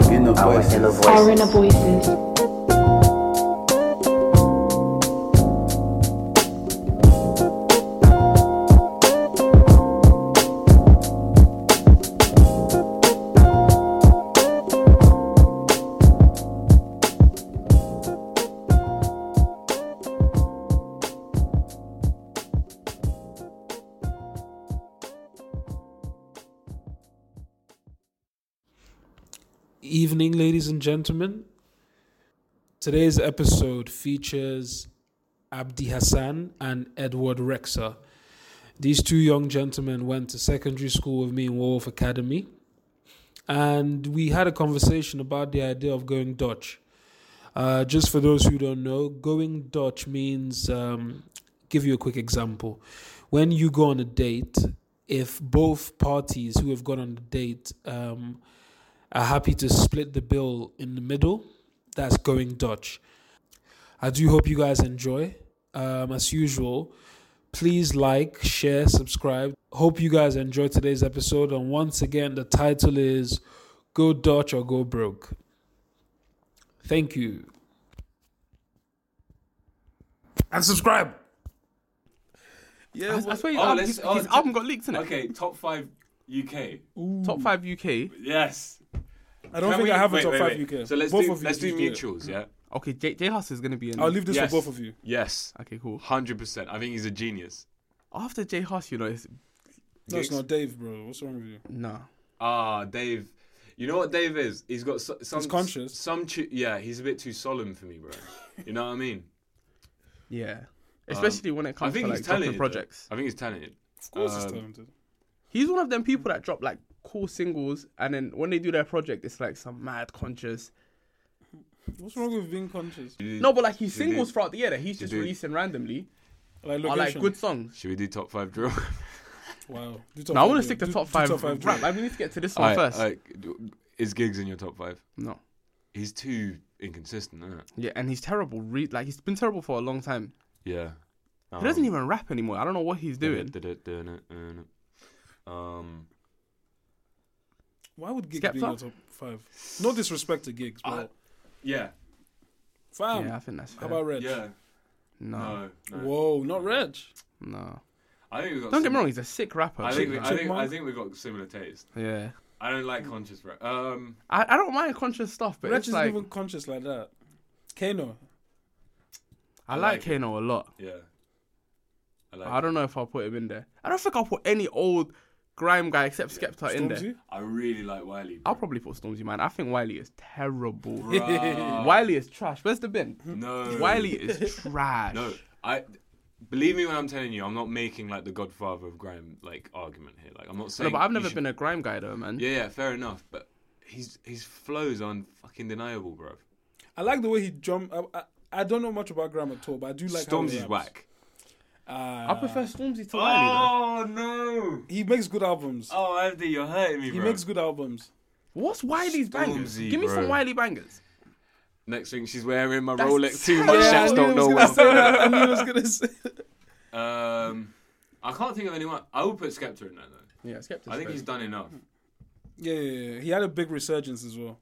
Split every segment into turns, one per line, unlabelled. voices.
Inner voices.
Our inner voices.
Evening, ladies and gentlemen. Today's episode features Abdi Hassan and Edward Rexer. These two young gentlemen went to secondary school with me in Warwolf Academy, and we had a conversation about the idea of going Dutch. Uh, just for those who don't know, going Dutch means, um, give you a quick example. When you go on a date, if both parties who have gone on the date um, are happy to split the bill in the middle, that's going Dutch. I do hope you guys enjoy. Um, as usual, please like, share, subscribe. Hope you guys enjoy today's episode. And once again, the title is Go Dutch or Go Broke. Thank you. And subscribe.
Yeah,
I, I
what-
swear his,
oh,
album,
let's-
his,
oh,
his
t-
album got leaked, innit?
Okay, top five UK.
Top five UK.
Yes.
I don't think I have a top five UK.
So let's
both
do
of you
let's
should
do
it.
mutuals. Yeah.
Okay, J, J Huss is gonna be in.
I'll leave this
Yes.
for both of you.
Yes.
Okay, cool.
Hundred percent. I think he's a genius.
After J Huss, you know, it's
No, it's
Yes.
not Dave, bro. What's wrong with you?
nah.
Ah, Dave. You know what Dave is? He's got so, some.
He's conscious.
Some. Tu- yeah, he's a bit too solemn for me, bro. you know what I mean?
Yeah. Especially when it
Um, I
comes
think
to
he's
like dropping
talented. though.
projects.
I think he's talented.
Of course, he's
Um,
talented.
He's one of them people that drop like cool singles, and then when they do their project, it's like some mad conscious.
What's wrong with being conscious?
No, but like his
Indeed.
singles throughout the year that he's just
Indeed.
releasing randomly
Like
are like
location.
good songs.
Should we do top five drill?
Wow. Do top
No, I
five,
want
bro.
to stick to
Do-
top
do
five,
bro.
rap. I mean, we need to get to this one
Alright,
first.
alright, d- Is gigs in your top five?
No.
He's too inconsistent, isn't it?
Yeah, and he's terrible. Re- like he's been terrible for a long time.
Yeah. Um,
He doesn't even rap anymore. I don't know what he's doing.
doing. Um.
Why would Gig
Skepta?
be in your top five? No disrespect to Gigs, bro.
Uh, Yeah.
Fam,
yeah, I think that's fair.
how about Reg?
Yeah.
no,
No. no.
Whoa, not Reg.
no.
I think we
Don't
got
get me
similar-
wrong, he's a sick rapper.
I think, we, I, think, I
Chipmunk?
think we've got similar taste.
yeah.
I don't like conscious rap. Um,
I, I don't mind conscious stuff, but
Reg
it's
isn't
like
even conscious like that. Kano.
I like
like
Kano a lot.
yeah. I like.
but I don't know if I'll put him in there. I don't think I'll put any old grime guy except Skepta in there.
Stormzy?
I really like Wiley.
I'll probably put Stormzy, man. I think Wiley is terrible.
Bruh.
Wiley is trash. Where's the bin?
No.
Wiley is trash.
No. I believe me when I'm telling you, I'm not making like the Godfather of grime like argument here. Like I'm not
No,
saying.
but I've
you
never
should-
been a grime guy though, man.
Yeah, yeah, fair enough. But his his flows are fucking deniable, bro.
I like the way he jumped. I, I, I don't know much about Graham at all, but I do like how he
Stormzy's
raps.
whack.
Uh,
I prefer Stormzy to Wiley.
Oh no!
He makes good albums.
Oh, Andy, you're hurting me,
he
bro.
makes good albums.
Though. What's Wiley's bangers?
Stormzy,
Give me
bro.
some Wiley bangers.
Next thing she's wearing my
That's
Rolex. Too much
terrible.
chaps
I
don't
knew
know
he was
what.
gonna say that. I knew he was gonna say.
Um, I can't think of anyone. I would put Skepta in there though.
Yeah, Skepta.
I think he's done enough.
Yeah, yeah, yeah, he had a big resurgence as well.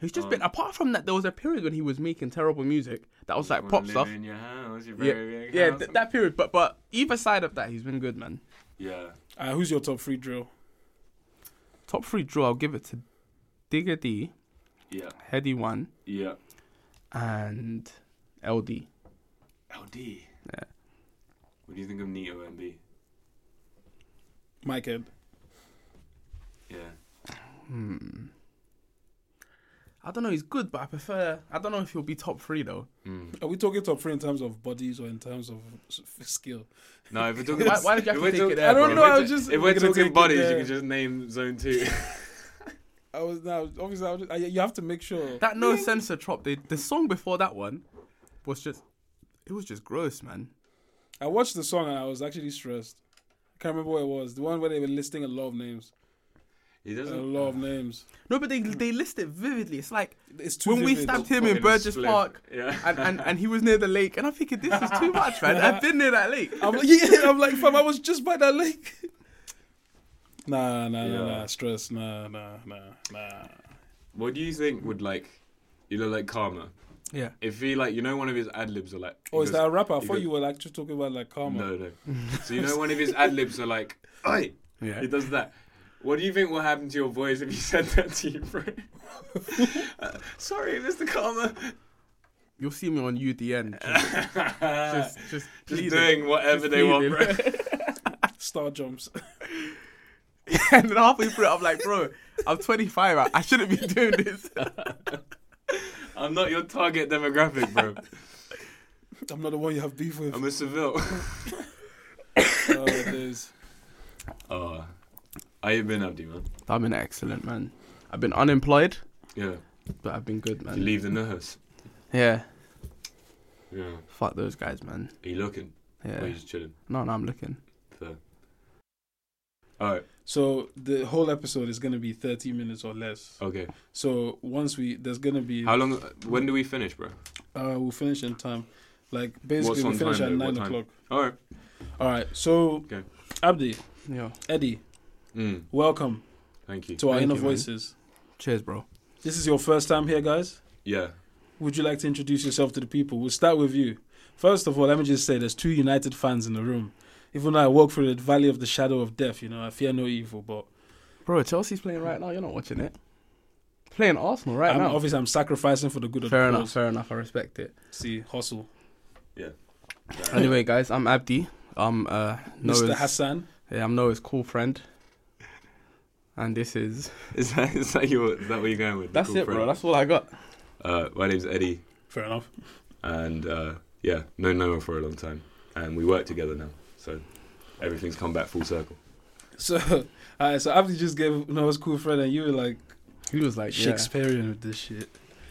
He's
Oh.
just been. Apart from that, there was a period when he was making terrible music that was like
Wanna
pop
live
stuff.
in your house, your
Yeah,
very big
yeah
house.
th- that period. But but either side of that, he's been good, man.
yeah.
Uh, who's your top three drill?
Top three draw, I'll give it to Diggity,
Yeah.
Heady One,
Yeah.
and LD.
LD. Yeah. What do you think of Neo MB?
Mike Ed.
Yeah.
I don't know, he's good, but I prefer. I don't know if he'll be top three though.
Are we talking top three in terms of bodies or in terms of s- skill?
No, if we're talking,
Why- why did you have to
if we're
take
talk-
it there, I don't
if
know,
we're
I
ta-
was just-
If
we're
we're
gonna take
talking
it
bodies, you
there.
can just name Zone Two.
I was now obviously I was I, you have to make sure.
That no censor trop. They, the song before that one was just. It was just gross, man.
I watched the song and I was actually stressed. I can't remember what it was. The one where they were listing a lot of names,
he
a
doesn't.
lot of names.
No, but they they list it vividly. It's like
It's too
when we
vivid.
stabbed him
Put
in
in a
Burgess
spliff.
Park,
Yeah.
and, and and he was near the lake, and I'm thinking this is too much, man. I've been near that lake.
I'm like, yeah, I'm like, fam, I was just by that lake. Nah, nah, nah,
Yeah.
nah, stress, nah, nah, nah, nah.
What do you think would like? You look like Karma.
Yeah.
If he like, you know, one of his ad libs are like.
Oh,
he
is
goes,
that a rapper? I
he
thought
goes-
you were like just talking about like karma.
No, no. so you know, one of his ad libs are like, "Oi."
Yeah.
He does that. What do you think will happen to your voice if you said that to you, bro? uh, sorry, Mr. Karma.
You'll see me on UDN. Just, just, just,
Just
please him.
doing whatever
Just
they want, bro.
please
Star jumps.
and then halfway through, I'm like, bro, I'm 25. I, I shouldn't be doing this.
I'm not your target demographic, bro.
I'm not the one you have beef with.
I'm a Seville.
oh, it is.
Oh, how you been, Abdi, man?
I've been excellent, man. I've been unemployed,
Yeah.
but I've been good,
You
man.
leave the nurse.
Yeah.
Yeah.
Fuck those guys, man.
Are you looking? Or are
Yeah.
you just chilling?
No, no, I'm looking.
Fair. All right.
So the whole episode is gonna be 30 minutes or less.
Okay.
So once we there's gonna be
How long? When do we finish, bro?
uh we'll finish in time. Like basically
on
we finish
time,
at
though?
nine
What time?
o'clock.
All right.
All right. So
Okay.
Abdi,
Yeah.
Eddie,
Mm,
welcome
thank you.
to our
Thank
inner
you, man.
voices.
Cheers, bro.
This is your first time here, guys.
Yeah.
Would you like to introduce yourself to the people? We'll start with you. First of all, let me just say there's two United fans in the room. Even though I walk through the valley of the shadow of death, you know, I fear no evil, but
Bro, Chelsea's playing right now. You're not watching it. Playing Arsenal right
I'm,
now.
obviously I'm sacrificing for the good of
fair
the
enough.
cause.
Fair enough. I respect it.
See, hustle.
Anyway, guys, I'm Abdi. I'm uh,
Mr.
Noah's.
Hassan.
yeah, I'm Noah's cool friend. And this is
Is that is that your is that what you're going with? The
that's
cool
it, bro.
friend?
That's all I got.
Uh, my name's Eddie,
Fair enough.
and uh, yeah, known Noah for a long time, and we work together now, so everything's come back full circle.
So, all right, so Abdi just gave Noah's cool friend, and you were like
He was like, yeah.
Shakespearean with this shit.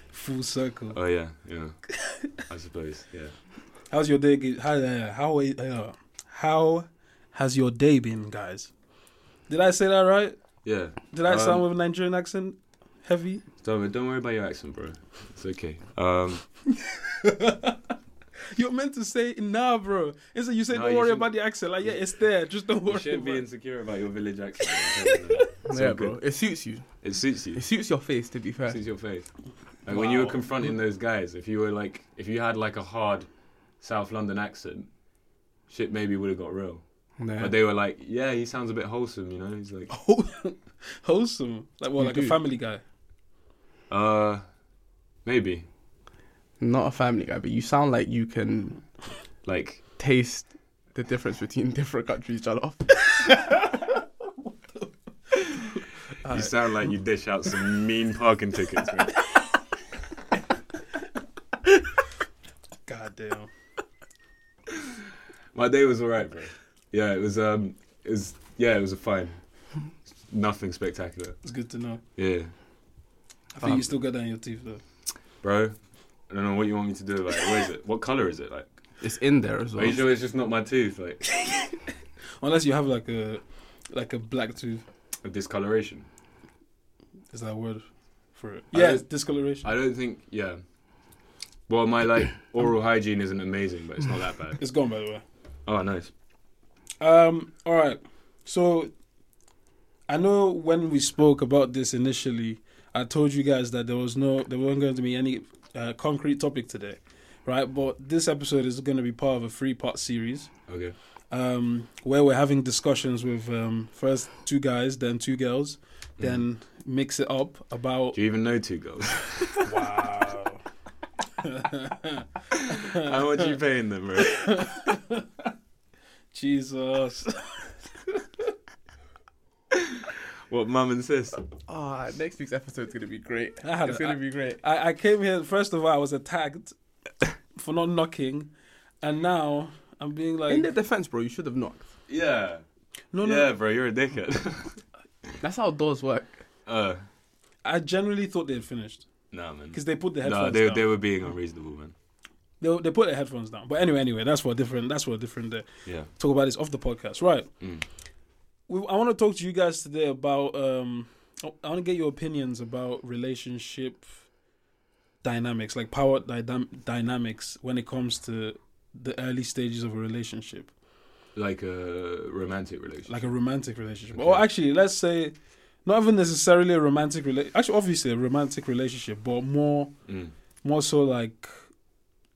Full circle.
Oh yeah, yeah. I suppose. Yeah.
How's your day? ge- How uh, how uh, how has your day been, guys? Did I say that right?
Yeah.
Did I sound
Um,
with a Nigerian accent? Heavy.
Don't don't worry about your accent, bro. It's okay. Um,
You're meant to say nah, bro. Instead, you say
No,
don't
you
worry
shouldn't-
about the accent. Like yeah, it's there. Just don't
you
worry.
shouldn't
About
be
it.
insecure about your village accent. I'm telling you. It's
yeah,
all
bro.
good.
It suits you.
It suits you.
It suits your face, to be fair.
Since your face. Like when you were
Wow.
confronting those guys, if you were like, if you had like a hard South London accent, shit maybe would have got real.
Yeah.
But they were like, yeah, he sounds a bit wholesome, you know? He's like,
Wholesome. Like well,
You
like a
do.
family guy. Oh.
uh, maybe.
Not a family guy, but you sound like you can
Like,
taste the difference between different countries, Jollof.
you sound like you dish out some mean parking tickets. man.
God damn.
My day was alright, bro. Yeah, it was, um, it was, yeah, it was a fine. Nothing spectacular.
It's good to know.
Yeah.
I think
Um,
you still got that in your teeth though.
Bro, I don't know what you want me to do about it. What is it? What color is it? Like,
It's in there as
are
well.
you sure it's just not my tooth? Like,
Unless you have like a like a black tooth.
a discoloration?
Is that a word for it?
I
Yeah,
don't-
discoloration.
I don't think, yeah. Well, my like oral hygiene isn't amazing, but it's not that bad.
It's gone by the way.
Oh, nice.
Um. All right. So, I know when we spoke about this initially, I told you guys that there was no, there weren't going to be any uh, concrete topic today, right? But this episode is going to be part of a three-part series,
Okay.
um, where we're having discussions with um, first two guys, then two girls,
Mm.
then mix it up about.
Do you even know two girls?
Wow.
How much are you paying them, bro?
Jesus.
What mum and sis?
Ah, next week's episode's gonna be great.
I had
It's
a-
gonna be great.
I, I came here first of all. I was attacked for not knocking, and now I'm being like,
in the defense, bro, you should have knocked.
Yeah.
no, no.
yeah, bro, you're a dickhead.
That's how doors work.
uh,
I generally thought they had finished
nah, man.
because they put the
Nah,
headphones
they
down.
they were being unreasonable, man.
They, they put their headphones down. But anyway, anyway, that's for a different. That's for a different day.
Yeah.
Talk about this off the podcast, right?
Mm.
We, I want to talk to you guys today about. um I want to get your opinions about relationship dynamics, like power dynam- dynamics, when it comes to the early stages of a relationship.
Like a romantic relationship.
like a romantic relationship.
Okay.
Or actually, let's say not even necessarily a romantic relationship. Actually, obviously a romantic relationship, but more
Mm.
more so like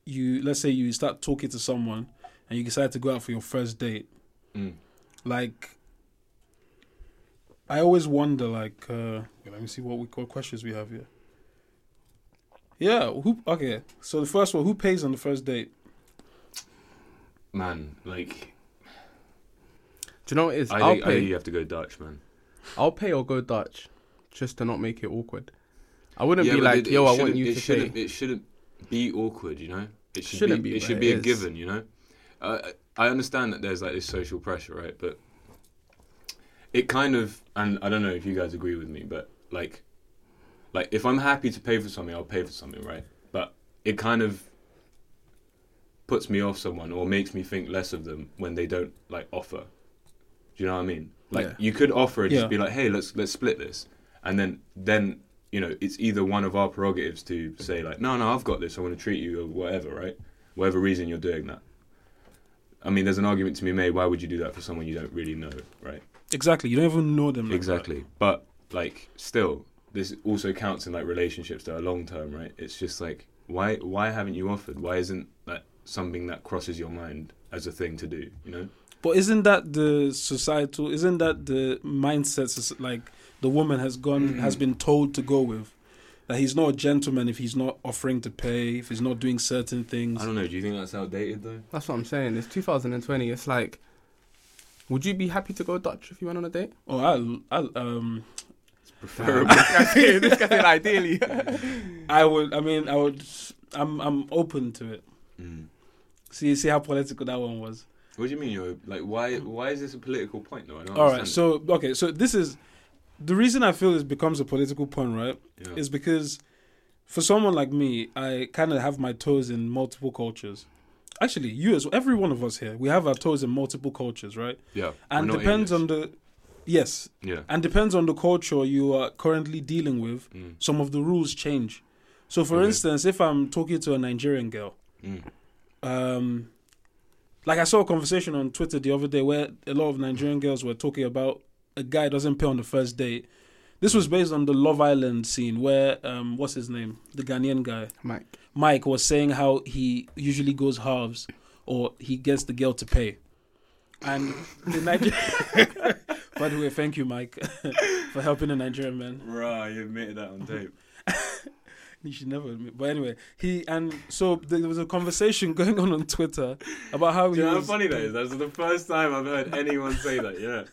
you. Let's say you start talking to someone and you decide to go out for your first date.
Mm.
Like, I always wonder. Like, uh, wait, let me see what we what questions we have here. Yeah. Who? Okay. So the first one: Who pays on the first date?
Man, like
Do you know what it is?
I
I'll
think, I
pay.
think you have to go Dutch, man.
I'll pay or go Dutch, just to not make it awkward. I wouldn't
Yeah,
be
but
like,
it- it
yo, I want
shouldn't-
you
it
to
shouldn't,
pay.
It shouldn't be awkward, you know. It should
Shouldn't
be,
be,
It
but
should
it
be a
is.
given, you know. Uh, I understand that there's like this social pressure, right? But it kind of, and I don't know if you guys agree with me, but like, like if I'm happy to pay for something, I'll pay for something, right? But it kind of puts me off someone or makes me think less of them when they don't like offer. Do you know what I mean? Like
Yeah.
you could offer and
Yeah.
just be like, "Hey, let's let's split this," and then then you know it's either one of our prerogatives to say like, "No, no, I've got this. I want to treat you or whatever," right? Whatever reason you're doing that. I mean, there's an argument to be made. Why would you do that for someone you don't really know, right?
Exactly. You don't even know them. like that.
Exactly. But like, still, this also counts in like relationships that are long term, right? It's just like, why why haven't you offered? Why isn't that something that crosses your mind as a thing to do? You know?
But isn't that the societal? Isn't that the mindset? soc- Like the woman has gone, has been told to go with, that he's not a gentleman if he's not offering to pay, if he's not doing certain
I
things.
don't know. Do you think that's outdated though?
That's what I'm saying. It's 2020. It's like, would you be happy to go Dutch if you went on a date?
Oh, I, I, um,
Preferably.
this guy said ideally.
I would. I mean, I would. I'm, I'm open to it.
Mm.
See, see how political that one was.
What do you mean? You're like, why? Why is this a political point though? I don't
All right.
understand
So okay. So this is the reason I feel this becomes a political pun, right?
it. Yeah.
Is because for someone like me, I kind of have my toes in multiple cultures. Actually, you as every one of us here, we have our toes in multiple cultures, right?
yeah.
And depends on the yes,
Yeah.
and depends on the culture you are currently dealing with.
Mm.
Some of the rules change. So, for
Okay.
instance, if I'm talking to a Nigerian girl,
Mm.
um, like I saw a conversation on Twitter the other day where a lot of Nigerian girls were talking about a guy doesn't pay on the first date. This was based on the Love Island scene where um, what's his name, the Ghanaian guy,
Mike.
Mike was saying how he usually goes halves or he gets the girl to pay. And the Nigerian. By the way, thank you, Mike, for helping the Nigerian man.
Right, you admitted that on tape.
You should never admit. But anyway, he. And so there was a conversation going on on Twitter about how
Do
he.
you know how
was-
funny that is? That's the first time I've heard anyone say that. Yeah,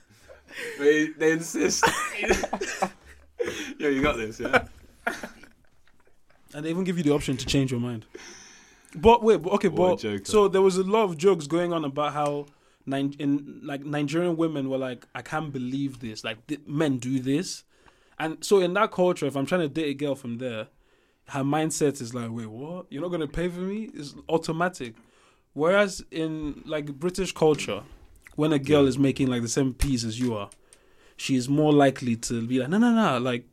they, they insist. Yo, you got this. Yeah.
And they even give you the option to change your mind. But wait, but, okay,
What a
but
joker.
so there was a lot of jokes going on about how Nin- in, like Nigerian women were like, I can't believe this. Like th- men do this, and so in that culture, if I'm trying to date a girl from there, her mindset is like, wait, what? You're not gonna pay for me? It's automatic. Whereas in like British culture, when a girl is making like the same peas as you are, she is more likely to be like, no, no, no, like.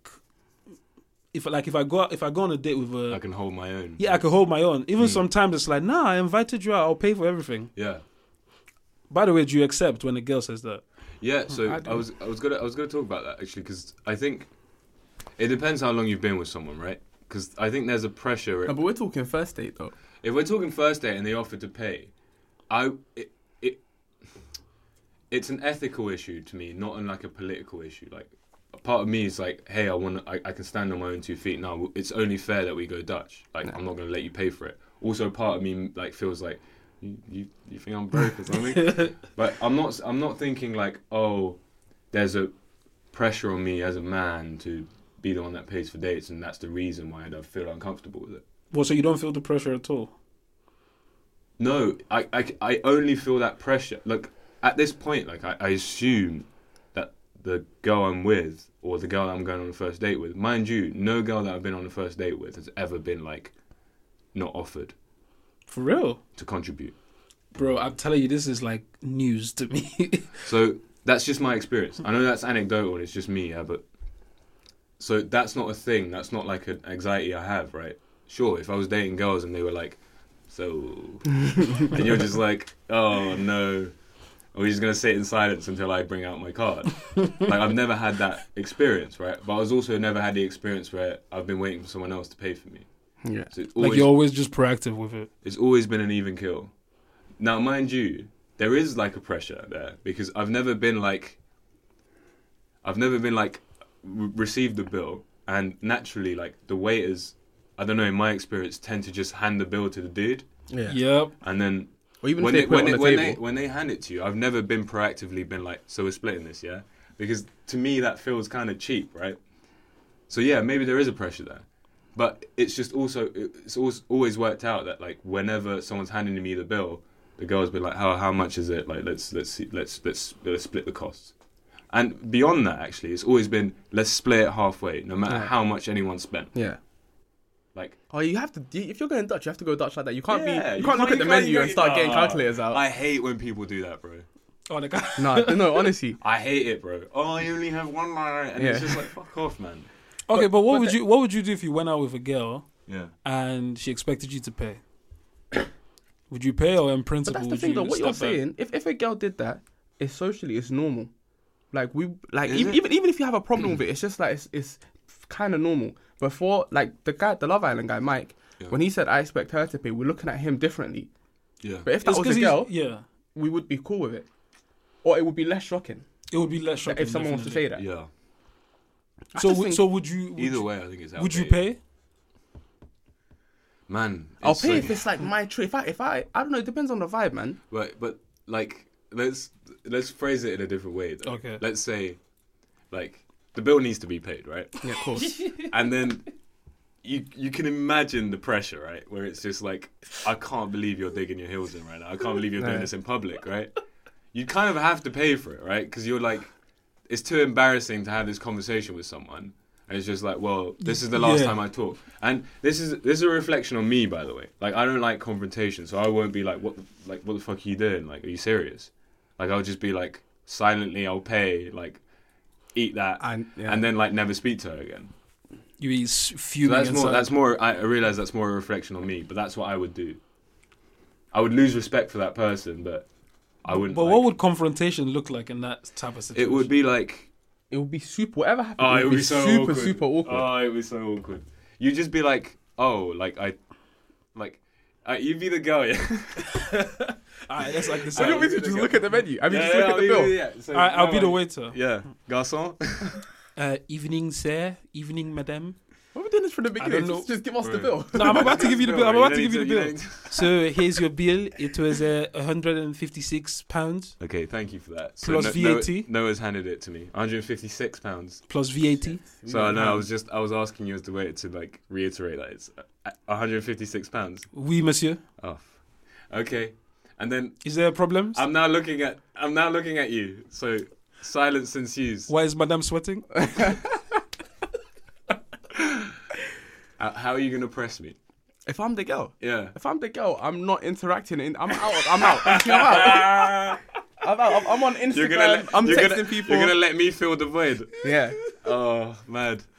If like if I go if I go on a date with a
I can hold my own.
yeah, I could hold my own. Even
Mm.
sometimes it's like, nah, I invited you out. I'll pay for everything.
Yeah.
By the way, do you accept when a girl says that?
Yeah. So
Hmm, I
I,
do.
was I was gonna I was gonna talk about that actually because I think it depends how long you've been with someone, right? Because I think there's a pressure.
No, but we're talking first date though.
If we're talking first date and they offer to pay, I it, it it's an ethical issue to me, not unlike a political issue. Like a part of me is like, hey, I want I, I can stand on my own two feet now. It's only fair that we go Dutch. Like I'm not going to let you pay for it. Also, part of me like feels like you you, you think I'm broke or something. but I'm not I'm not thinking like oh, there's a pressure on me as a man to be the one that pays for dates, and that's the reason why I feel uncomfortable with it.
Well, so you don't feel the pressure at all.
No, I, I, I only feel that pressure. Like at this point, like I, I assume that the girl I'm with or the girl I'm going on the first date with, mind you, no girl that I've been on the first date with has ever been like not offered
For real,
to contribute.
bro. I'm telling you, this is like news to me.
So that's just my experience. I know that's anecdotal. and It's just me, yeah, but so that's not a thing. That's not like an anxiety I have, right? Sure, if I was dating girls and they were like, so, and you're just like, oh no, or he's gonna sit in silence until I bring out my card. like I've never had that experience, right? But I was also never had the experience where I've been waiting for someone else to pay for me.
Yeah.
So it's
Like
always,
you're always just proactive with it.
it's always been an even kill. Now, mind you, there is like a pressure there because I've never been like, I've never been like re- received the bill, and naturally, like the waiters, I don't know, in my experience, tend to just hand the bill to the dude,
Yeah.
Yep.
and then
Or even
when
if
they,
they put it
when,
on
they,
the
when,
table.
they, when they hand it to you, I've never been proactively been like, so we're splitting this, yeah? Because to me, that feels kind of cheap, right? So yeah, maybe there is a pressure there, but it's just also it's always always worked out that like whenever someone's handing me the bill, the girl's been like, how how much is it? Like let's let's see, let's let's let's split the costs. And beyond that, actually, it's always been let's split it halfway, no matter
Yeah.
how much anyone spent.
Yeah.
Like
Oh, you have to. you- If you're going Dutch, you have to go Dutch like that. You can't
Yeah,
be.
you
You can't look
can't-
at the
you can't-
menu and
you-
start getting
Nah.
calculators out.
I hate when people do that, bro.
Oh, the guy.
no, no, honestly.
I hate it, bro. Oh, I only have one line, and it's
Yeah.
just like fuck off, man.
Okay, but what
but
would
the-
you what would you do if you went out with a girl
Yeah.
and she expected you to pay? would you pay or in
But
principle?
that's the
would
thing,
you
though. What you're
step back?
saying, if, if a girl did that, it's socially, it's normal. Like we, like
Is
even,
it?
even even if you have a problem with it, it's just like it's, it's kind of normal. Before, like the guy, the Love Island guy, Mike,
Yeah.
when he said I expect her to pay, we're looking at him differently.
Yeah.
But if that
It's
was
'cause
a
he's-
girl,
yeah,
we would be cool with it, or it would be less shocking
it would be less
like,
shocking
if someone wants to say
definitely.
that.
Yeah.
I
So,
just
w-
think-
so would you? Would
Either
you,
way, I think it's outdated.
would you pay?
Man,
I'll
it's
pay
like-
if it's like my trip. If I, if I, I don't know. It depends on the vibe, man.
But but like let's let's phrase it in a different way. Though.
Okay.
Let's say, like the bill needs to be paid, right?
Yeah, of course.
and then. You, you can imagine the pressure, right? Where it's just like, I can't believe you're digging your heels in right now. I can't believe you're doing
Yeah.
this in public, right? You kind of have to pay for it, right? Because you're like, it's too embarrassing to have this conversation with someone. And it's just like, well, this is the last
Yeah.
time I talk. And this is this is a reflection on me, by the way. Like, I don't like confrontation, so I won't be like, what, the, like, what the fuck are you doing? Like, are you serious? Like, I'll just be like, silently, I'll pay, like, eat that,
And- yeah.
and then like never speak to her again.
You be s-
So
fuming.
that's more.
inside.
That's more. I, I realize that's more a reflection on me, but that's what I would do. I would lose respect for that person, but I wouldn't.
But
like-
what would confrontation look like in that type of
it
situation?
would be like?
it would be super. Whatever happens,
Oh,
it would be,
so
super,
awkward.
super awkward.
Oh, it would be so awkward. You'd just be like, oh, like I, like, uh, you'd be the girl, yeah.
Alright, that's like the
I
same.
don't mean to just look at the menu. I mean,
yeah,
just look
yeah,
at the
I'll
bill.
be- yeah, so,
Alright, I'll
no,
be the
like,
waiter.
Yeah, garçon.
Uh, evening, sir. Evening, madame.
Why are we doing this from the
don't
beginning?
know.
Just, just give us the
Right.
bill.
No, I'm about to give you the bill. I'm about to
don't
give you
need
the
to-
bill.
don't need to-
So here's your bill. It was uh, 156 pounds
Okay, thank you for that.
Plus
no-
VAT.
No, Noah's handed it to me. 156 pounds.
plus VAT.
So I know I was just I was asking you as the waiter to like reiterate that it's uh, 156 pounds
Oui, monsieur.
off. Okay, and then
Is there a problem?
I'm now looking at I'm now looking at you. So silence ensues.
Why is madame sweating?
Uh, how are you gonna press me?
If I'm the girl,
Yeah.
if I'm the girl, I'm not interacting. In, I'm out. I'm out. I'm out. I'm out. I'm, I'm on Instagram.
You're gonna let,
I'm
you're
texting
gonna,
people.
You're gonna let me fill the void.
yeah.
Oh, mad.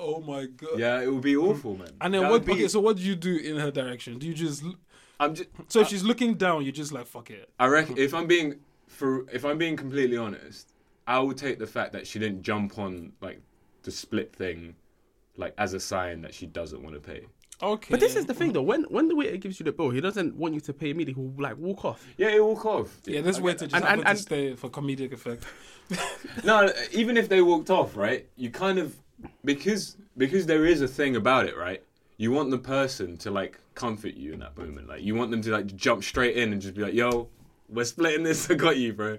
Oh my god.
Yeah, it would be awful, man.
And then
That
what?
would be-
Okay, so what do you do in her direction? Do you just? l-
I'm just.
So
Uh,
if she's looking down, you're just like fuck it.
I reckon if I'm being for if I'm being completely honest, I will take the fact that she didn't jump on like the split thing, like as a sign that she doesn't want to pay.
Okay.
But this is the thing though. When when the waiter gives you the bill, he doesn't want you to pay immediately. He'll like walk off.
Yeah, it walk off.
yeah, this waiter just
And- and-
happened
and-
to stay for comedic effect.
No, even if they walked off, right? You kind of because because there is a thing about it, right? You want the person to like comfort you in that moment. Like you want them to like jump straight in and just be like, "Yo, we're splitting this. I got you, bro."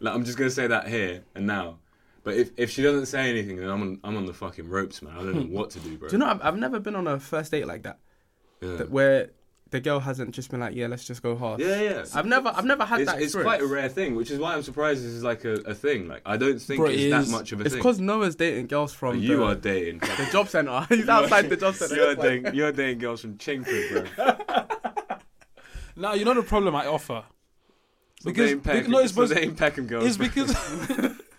Like I'm just gonna say that here and now. But if, if she doesn't say anything, then I'm on, I'm on the fucking ropes, man. I don't know what to do, bro.
Do you know? I've, I've never been on a first date like that,
Yeah.
that where the girl hasn't just been like, yeah, let's just go hard.
Yeah, yeah.
I've never I've never had
it's,
that.
it's quite a rare thing, which is why I'm surprised this is like a, a thing. Like I don't think
Bro,
it's
it
that
is-
much of a
It's
thing.
because Noah's dating girls from
you
the,
are dating.
the job center. He's outside the job center.
You're
It's like-
dating. You're dating girls from Chingford, bro.
Now you know the problem I offer.
Because
Because
Peckham,
be- no, it's
because
because
Peckham girls.
it's because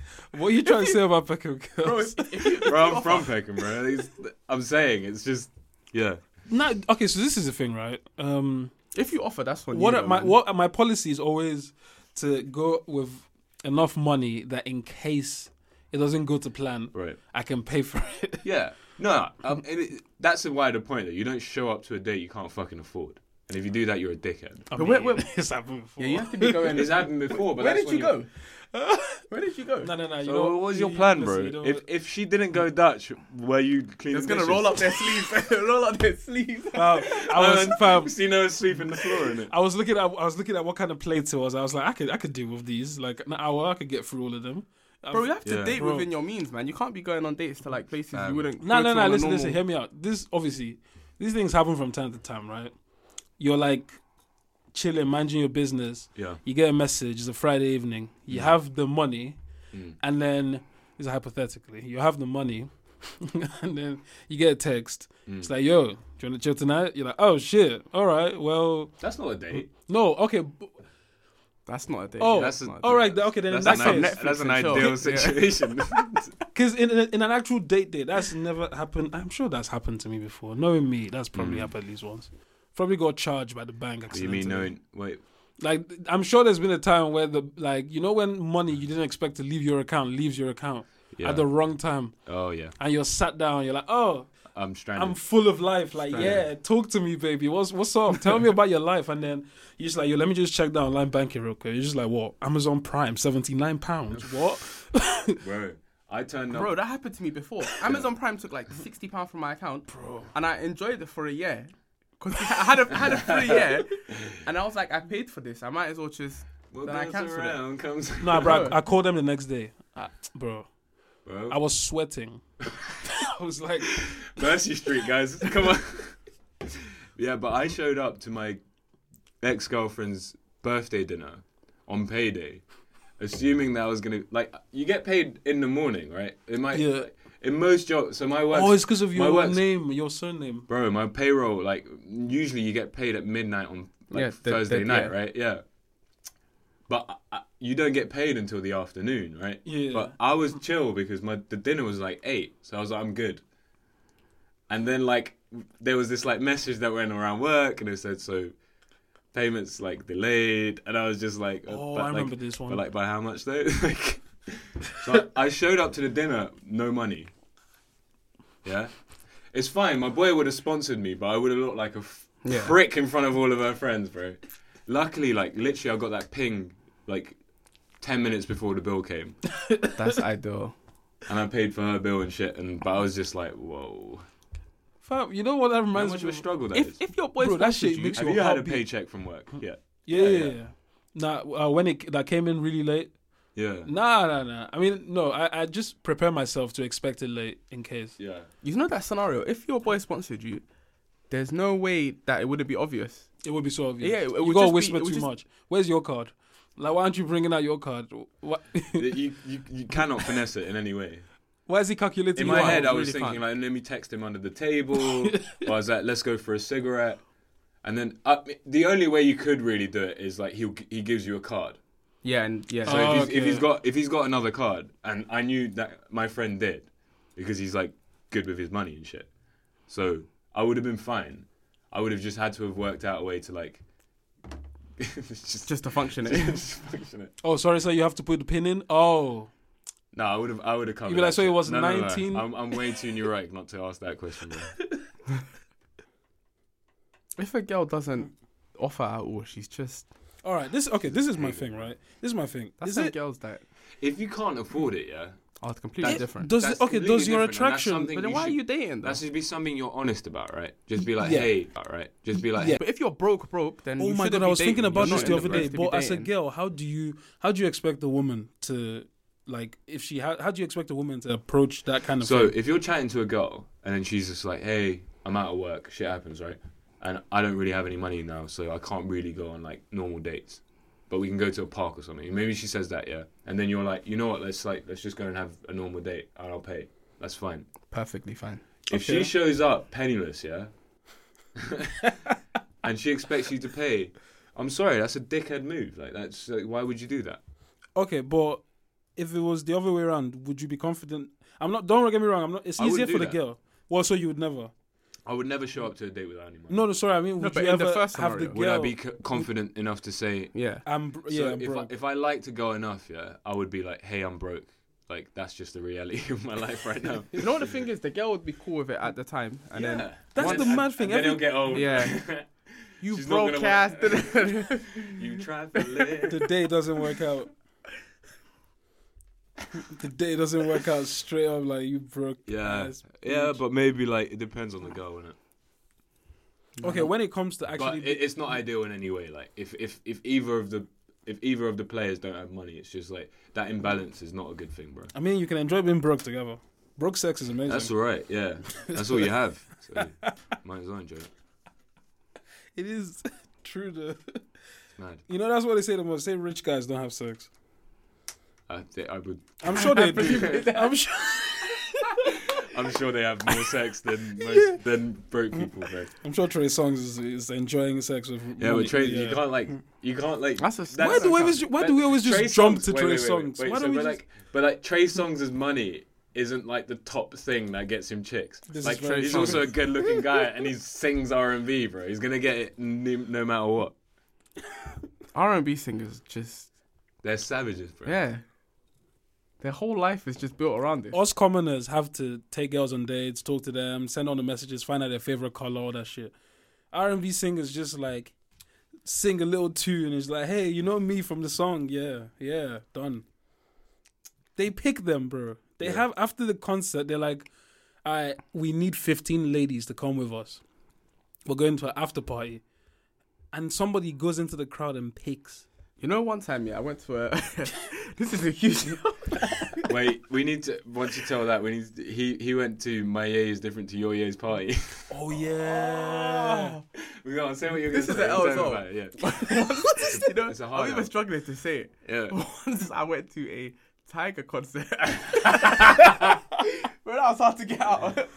what are you trying to say about Peckham
Bro,
girls?
if- if you-
bro, I'm from Peckham, bro. It's, I'm saying it's just yeah.
No, okay, so this is the thing, right? Um,
If you offer, that's on
what
you.
are my
man.
what my policy is always to go with enough money that in case it doesn't go to plan,
Right.
I can pay for it.
Yeah. No, um, and it, that's a wider point though. You don't show up to a date you can't fucking afford, and if you do that, you're a dickhead.
I
But where-
mean,
where-
it's happened before.
Yeah, you have to be going.
And it's happened before, but
Where
that's
did
when
you go? Where did you go?
No, no, no. you
So
know-
what was
you-
your
you-
plan,
listen,
bro?
you don't-
If if she didn't go Dutch, were you cleaning?
It's gonna
dishes?
roll up their sleeves. roll up their sleeves.
Um, I was, fam,
you know, sweeping the floor in it.
I was looking at I was looking at what kind of plates it was. I was like, I could I could deal with these. Like an hour, I could get through all of them.
Bro, you have to
Yeah.
date
Bro.
within your means, man. You can't be going on dates to like places you
Um,
wouldn't.
No,
go
no,
to
no.
on a
Listen,
normal-
listen. Hear me out. This obviously, these things happen from time to time, right? You're like chilling, managing your business.
Yeah.
You get a message. It's a Friday evening. You have the money,
Mm.
and then this is hypothetically. You have the money, and then you get a text. It's like, "Yo, do you want to chill tonight?" You're like, "Oh shit. All right. Well,
That's not a date.
no. Okay. b-
That's not a date.
Oh,
That's a-
not a
all
date.
right. th- Okay. Then in
That's,
that
like
case,
an,
Netflix
that's an
and chill.
ideal
Yeah.
situation.
Because in, in in an actual date date, that's never happened. I'm sure that's happened to me before. Knowing me, that's probably happened at least once. Probably got charged by the bank
Mm. you
accidentally.
mean knowing? Wait.
Like I'm sure there's been a time where the like you know when money you didn't expect to leave your account leaves your account
Yeah.
at the wrong time,
oh yeah.
and you're sat down. You're like, oh,
I'm stranded.
I'm full of life. Like,
Standard.
yeah, talk to me, baby. What's what's up? Tell me about your life. And then you're just like, yo, let me just check that online banking real quick. You're just like, what? Amazon Prime, seventy nine pounds. What?
bro, I turned up.
Bro, that happened to me before. Amazon Prime took like sixty pound from my account, bro, and I enjoyed it for a year. Cause I had a I had a free year, and I was like, I paid for this. I might as well just.
what
then I
goes
cancelled it.
around comes.
nah, bro. I, I called them the next day, Ah, bro.
Bro,
I was sweating. I was like,
Mercy Street, guys. Come on. yeah, but I showed up to my ex girlfriend's birthday dinner on payday, assuming that I was gonna like you get paid in the morning, right? It might.
Yeah.
In most jobs, so my work.
oh, it's because of
my
your
work's-
name, your surname.
bro. My payroll, like usually you get paid at midnight on like
Yeah, the-
Thursday
the-
night,
yeah.
right? Yeah. But I- I, you don't get paid until the afternoon, right?
Yeah.
But I was chill because my the dinner was like eight, so I was like, I'm good. And then like there was this like message that went around work, and it said so payments like delayed, and I was just like, uh,
Oh,
but,
I
like-
remember this one.
But like by how much though? like, so I, I showed up to the dinner, no money. Yeah. It's fine. My boy would have sponsored me, but I would have looked like a f-
Yeah.
prick in front of all of her friends, bro. Luckily, like literally, I got that ping like ten minutes before the bill came,
That's ideal.
and I paid for her bill and shit. And but I was just like, whoa,
Fam, you know what that
how
reminds
much of
me
a
of?
struggle that is.
If if your boy
Bro, that
sponsored
shit
you,
makes
Have
your
you had a
heartbeat-
paycheck from work? Yeah,
Yeah, yeah,
Yeah,
yeah. Nah, uh, when it that came in really late.
yeah,
Nah, nah, nah. I mean, no, I, I just prepare myself to expect it late in case.
yeah.
you know that scenario. If your boy sponsored you, there's no way that it wouldn't be obvious.
It would be so obvious.
Yeah, it would
you gotta
just be-
whisper
it would
too
just-
much. Where's your card? Like, why aren't you bringing out your card? Why,
you, you you cannot finesse it in any way.
why is he calculating?
In
your
my
card?
head, I was
really
thinking
fun.
like, let me text him under the table. or I was like, let's go for a cigarette. And then uh, the only way you could really do it is like he he gives you a card.
Yeah, and yeah.
So
Oh,
if, he's, if
okay.
he's got if he's got another card, and I knew that my friend did, because he's like good with his money and shit. So I would have been fine. I would have just had to have worked out a way to like just
just to function it.
just function it.
Oh, sorry, sir. You have to put the pin in. Oh,
No, I would have. I would have covered.
You'd be like,
that
so it
shit.
was
No, no, no, no.
19?
I'm, I'm way too neurotic not to ask that question. Bro.
if a girl doesn't offer at all, she's just
all right. This okay. This is my thing, right? This is my thing.
that's
is
some
it?
girls that
If you can't afford it, yeah,
are completely
That's-
different.
Does
That's
it, okay?
completely
Does your
different, and that's
attraction?
something
But then
you
why are
should-
you dating though?
That should be something you're honest about, right? Just be like,
Yeah.
hey, right? Just be like,
Yeah.
But if you're broke, broke, then
Oh
you
my
shouldn't
god, I
be
was
dating.
thinking about
You're
this
not
the
in
other day.
place to be
But as a
dating.
girl, how do you how do you expect a woman to like if she how, how do you expect a woman to approach that kind of
so
thing?
if you're chatting to a girl and then she's just like, hey, I'm out of work, shit happens, right? And I don't really have any money now, so I can't really go on like normal dates. But we can go to a park or something. Maybe she says that, yeah. And then you're like, you know what? Let's like, let's just go and have a normal date, and I'll pay. That's fine.
perfectly fine.
If she shows up penniless, yeah, and she expects you to pay, I'm sorry, that's a dickhead move. Like that's like, why would you do that?
Okay, but if it was the other way around, would you be confident? I'm not. Don't get me wrong. I'm not. It's
I wouldn't
easier
do
for the
that.
girl. Well, so you would never.
I would never show up to a date without any money.
No, no, sorry. I mean, would
but
you
in the
ever
first
have the
scenario,
girl?
Would I be c- confident enough to say,
Yeah.
I'm br-
so
yeah, I'm
if, I,
broke.
if I like to go enough, yeah, I would be like, hey, I'm broke. Like, that's just the reality of my life right now.
You know what the thing is? The girl would be cool with it at the time, and then
Yeah.
That's
Once-
the mad thing,
And
every-
then it'll get old.
Yeah. you
She's not
broke
gonna
ass.
you try for live.
the day doesn't work out. the day doesn't work out straight up like you broke.
Yeah,
ass
yeah,
bitch.
but maybe like it depends on the girl, innit?
okay. When it comes to
But
actually,
it, it's not ideal in any way. Like if if if either of the if either of the players don't have money, it's just like that imbalance is not a good thing, bro.
I mean, you can enjoy being broke together. Broke sex is amazing.
That's all right. Yeah, that's all you have. So might as well enjoy it.
it is true. Though.
It's mad.
You know that's what they say the most. Say rich guys don't have sex.
I, th- I would.
I'm sure they do. I'm sure.
I'm sure they have more sex than most than broke people, bro.
I'm sure Trey Songs is, is enjoying sex with.
Yeah,
money.
but Trey, you
Yeah.
can't like you can't like.
That's a-
Why do we always? Why do we always just
Trey
jump
Songz-
to
wait,
Trey
wait, wait,
Songs?
Wait,
why
so
do we
we're
just?
like, but like Trey Songs' money isn't like the top thing that gets him chicks.
This
like
is very
he's
true.
also a good-looking guy and he sings R and B, bro. He's gonna get it no, no matter what.
R and B singers just
They're savages, bro.
yeah. Their whole life is just built around this.
us commoners have to take girls on dates, talk to them, send on the messages, find out their favorite color, all that shit. R and B singers just like sing a little tune and it's like, hey, you know me from the song, yeah, yeah, done. They pick them, bro. They
Yeah.
have after the concert, they're like, I we need fifteen ladies to come with us. We're going to an after party, and somebody goes into the crowd and picks.
You know, one time, yeah, I went to a. this is a huge.
Wait, we need to. Once you tell that, we need. To, he he went to my year is different to your year's party.
Oh yeah.
we gotta say what you're
This
gonna
is
say.
an
Tell me
LSO.
about it, Yeah,
you know,
It's a hard
I'm even
one.
struggling to say it.
yeah.
Once I went to a tiger concert. when I was hard to get out.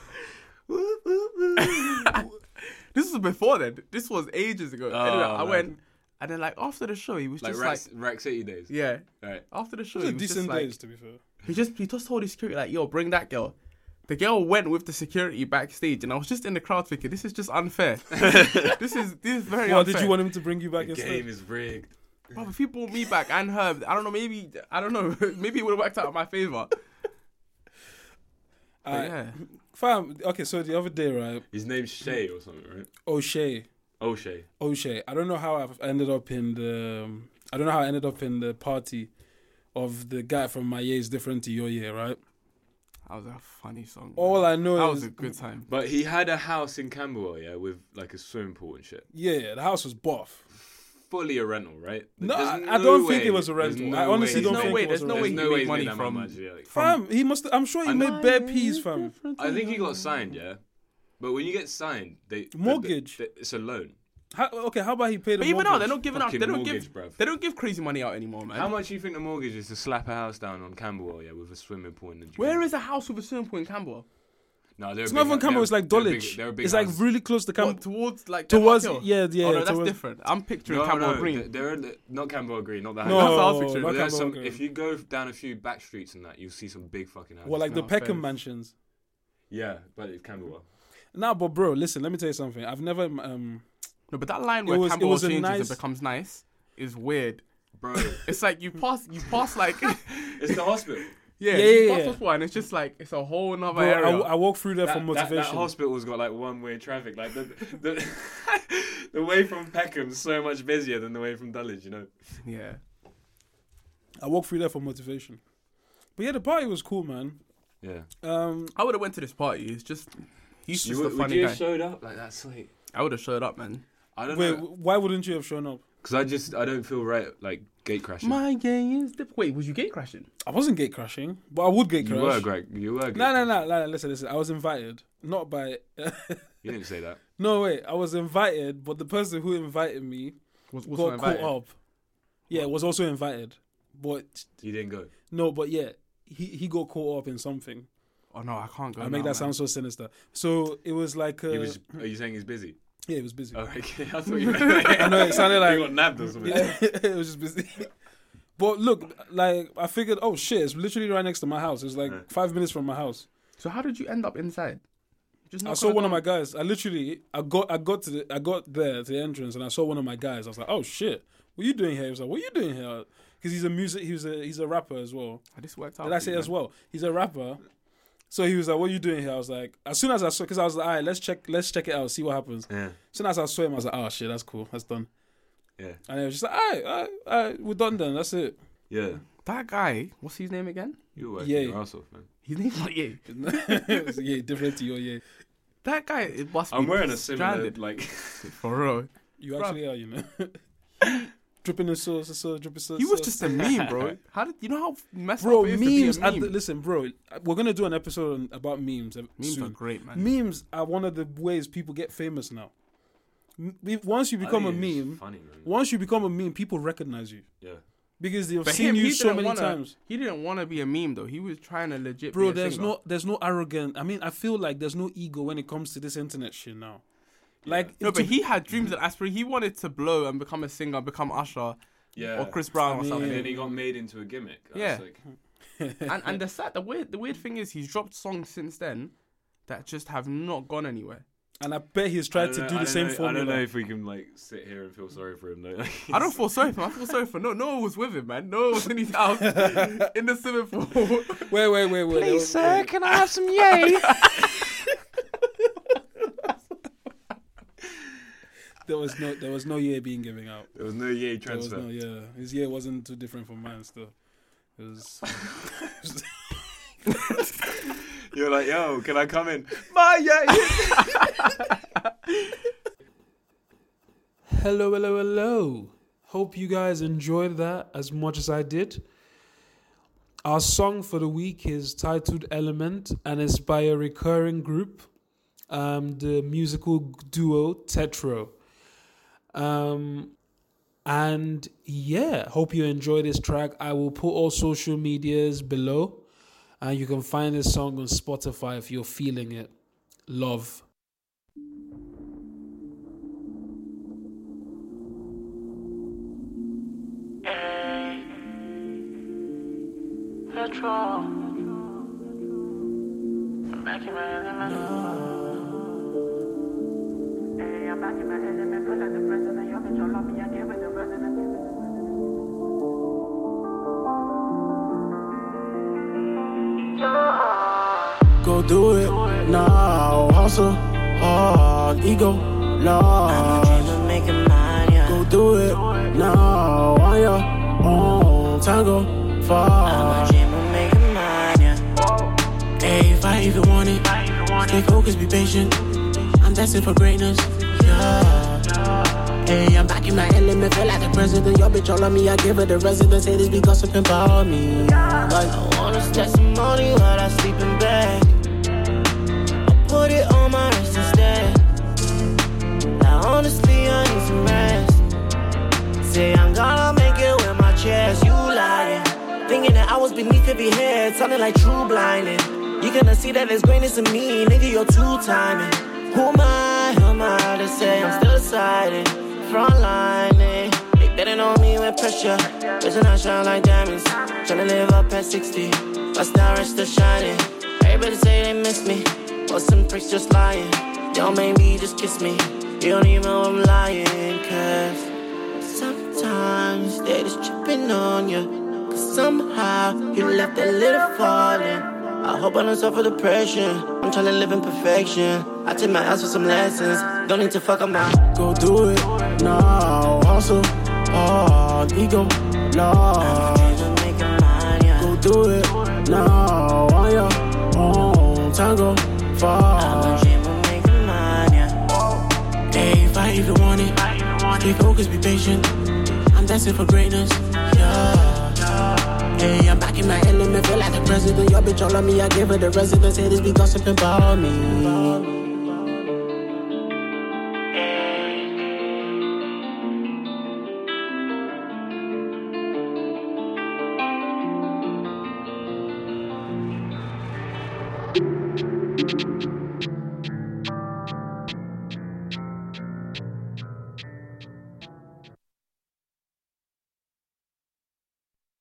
this was before then. This was ages ago.
Oh,
anyway, I
man.
went, and then like after the show, he was
Like
just
Rack,
like,
Rack City days.
yeah.
Right.
After the show,
Those
he
are
was
decent
just like,
days, to be fair.
he just he just told his security like, "Yo, bring that girl." The girl went with the security backstage, and I was just in the crowd thinking, "This is just unfair. this is this is very
Well,
unfair."
did you want him to bring you back
The
instead?
game is rigged.
Bro, if he brought me back and her, I don't know. Maybe I don't know. maybe it would have worked out in my favor. But
Alright.
yeah,
Uh, Fam, okay, so the other day, right?
His name's Shay or something, right?
O'Shea,
O'Shea.
O'Shea. I don't know how I've ended up in the. um, I don't know how I ended up in the party of the guy from my year is different to your year, right?
that was a funny song. man.
All I know
that
is
was a good time.
But he had a house in Camberwell, yeah, with like a swimming pool and shit.
yeah, the house was buff.
Fully a rental, right?
No,
There's
I- I don't think
way-
it was a
there's
rental. I honestly
way-
don't
There's no
think
way-
it was
there's no
a
way
There's
he
rental.
no way
made
he
money
made that
from-
much. Yeah, like,
Fam, he must. I'm sure he
I
made bare peas, fam.
I think he got signed, yeah. But when you get signed, they the- the-
Mortgage.
the- it's a loan.
How, okay, how about he paid?
But
a
even now,
mortgage?
they're not giving out. They
Fucking
don't
mortgage,
give.
bruv.
They don't give crazy money out anymore, man.
How much do you think the mortgage is to slap a house down on Camberwell, yeah, with a swimming pool in the gym?
Where is a house with a swimming pool in Campbell?
No, they're
It's
a
not
big
from
hou-
Campbell. It's
they're-
like
they're big-
Dulwich.
they're a big
It's like
house.
really close to
What,
Camp.
towards like
Towards-
Denmark Hill?
yeah, yeah,
Oh no, that's
towards-
different. I'm picturing
No,
Campbell
no,
Green.
th- They're in the- not Camberwell Green, not the house.
No,
That's what I was picturing.
not
But there's
Camberwell
some,
Green.
if you go down a few back streets and that, you'll see some big fucking houses.
well, like the
No,
Peckham
fair.
mansions.
yeah, but it's Camberwell.
Nah, but bro, listen. Let me tell you something. I've never um.
No, but that line
It
where
was- it
Campbell
was a
changes
nice-
and becomes nice is weird.
Bro,
It's like you pass, you pass like, yeah,
it's the hospital.
yeah,
yeah,
you
yeah,
pass
yeah.
this one. It's just like it's a whole nother
Bro, I,
area.
I walk through there for
That, that,
motivation.
that hospital's got like one-way traffic. Like the the, the way from Peckham's so much busier than the way from Dulwich. You know.
yeah,
I walked through there for motivation. But yeah, the party was cool, man.
Yeah.
Um,
I would have went to this party. It's just he's
You
just a
would, would
funny
you
guy.
have showed up like that sweet?
I would have showed up, man.
I don't
wait,
know.
why wouldn't you have shown up?
Because I just I don't feel right like gate crashing.
My game is diff- wait. Was you gate crashing?
I wasn't gate crashing, but I would gate
you
crash.
were Greg. You were. Gate
no, no,
crashing.
no, no, no, listen, listen. I was invited, not by.
You didn't say that.
no, wait, I was invited, but the person who invited me
Was
got caught up. Yeah, was also invited, but
You didn't go.
no, but yeah, he he got caught up in something.
Oh no, I can't go.
I make
now,
that sound so sinister. So it was like, uh,
He was. Are you saying he's busy?
yeah, it was busy.
Oh, okay. I thought you. I
know, it sounded like-
you got nabbed or something.
it was just busy. But look, like I figured, oh shit, it's literally right next to my house. It was like
Right.
five minutes from my house.
Man. So how did you end up inside? Just
I
knock
saw
the
one of
door.
my guys. I literally, I got, I got to, the, I got there to the entrance, and I saw one of my guys. I was like, "Oh shit, what you doing here?" He was like, "What you doing here?" Because he's a music, he was a, he's a rapper as well.
Ah, This worked out.
Did I
for
say
you,
as
man.
well? He's a rapper. So he was like, "What you doing here?" I was like, as soon as I saw, because I was like, "All right, let's check, let's check it out, see what happens." As
Yeah.
soon as I saw him, I was like, "Oh shit, that's cool, that's done."
Yeah.
And it was just like, "All right, all right, all right we're done then. That's it."
Yeah.
That guy, what's his name again?
You were working
Yeah.
your ass off, man.
His name's not you.
It was, yeah, different to your yeah.
That guy, it must
I'm
be
wearing a similar
stranded.
like.
For real.
You
Bruh.
actually are, you know. dripping the sauce, the sauce, dripping sauce.
He was
sauce.
just a meme, bro. How did you know how messed
bro
up it is
memes.
to be a
At
meme?
the, listen, bro, we're gonna do an episode on, about memes uh,
Memes are
soon.
great, man.
Memes are one of the ways people get famous now. M- if- Once you become a
I think it's
meme,
Funny man.
once you become a meme, people recognize you
Yeah.
because they've
But
seen
him,
you
he
so
didn't
many
wanna,
times.
He didn't want to be a meme though. He was trying to legit.
Bro,
be a
there's
singer.
no, there's no arrogant. I mean, I feel like there's no ego when it comes to this internet shit now. Like,
No, but
to-
he had dreams and aspirations. He wanted to blow and become a singer, become Usher
Yeah.
or Chris Brown
I
or
And
something.
then he got made into a gimmick. I was
Yeah.
like,
and and the sad, the weird, the weird thing is he's dropped songs since then that just have not gone anywhere.
and I bet he's
I
tried
don't
to
know-
do
I
the
don't
same
know-
formula.
I don't know if we can like sit here and feel sorry for him though.
I don't feel sorry for him. I feel sorry for no, no one was with him, man. No one was in his house in the swimming pool.
Wait, wait, wait, wait. wait, wait.
can I have some yay?
There was no, there was no year being given out.
There was no yay
There was no,
transfer.
yeah, his year wasn't too different from mine. Still, it was.
You're like, yo, can I come in?
Hello, hello, hello. Hope you guys enjoyed that as much as I did. Our song for the week is titled Element and it's by a recurring group, um, the musical duo Tetro. Um, and yeah, hope you enjoy this track. I will put all social medias below and you can find this song on Spotify if you're feeling it. Love.
Petrol. I'm back in my element. Hey, I'm back in my element. Full of the presence and your bitch all on me. I give it the residence.
Go do it now. Hustle hard, ego large.
Dream of making mine, yeah.
Go do it now. On your own, tango
I'm
far.
a dream of making mine, yeah.
Hey, if I even want it, stay focused, be patient. I'm destined for greatness. Yeah. Hey, I'm back in my element, feel like the president. Your bitch all on me, I give her the residence. Haters be gossiping about me.
But I want his testimony while I sleep in bed. I put it on my wrist instead. Now, honestly, I need some rest. Say I'm gonna make it with my chest. You lying. Thinking that I was beneath every head, sounding like true blinding. You gonna see that there's greatness in me, nigga, you're two timing. Who am I? Who am I to say I'm still deciding? Front lining. They betting on me with pressure. Vision I shine like diamonds. Tryna live up at 60. My star is still shining. Everybody say they miss me. But some pricks just lying. Y'all made me just kiss me. You don't even know I'm lying, cause. Sometimes they just tripping on you. Cause somehow you left a little falling. I hope I don't suffer depression. I'm tryna live in perfection. I take my ass for some lessons. Don't need to fuck 'em out.
Go do it now. Oh, Hustle hard, ego large.
Dream of making mine, yeah.
Go do it now on your own. Tango
I'm a
far.
dream of making mine, yeah.
Hey, if I even want it, stay focused, be patient. I'm destined for greatness. Yeah. Hey, I'm back in my element, feel like the president. Your bitch all on me, I give her the residence. Haters be gossiping about me.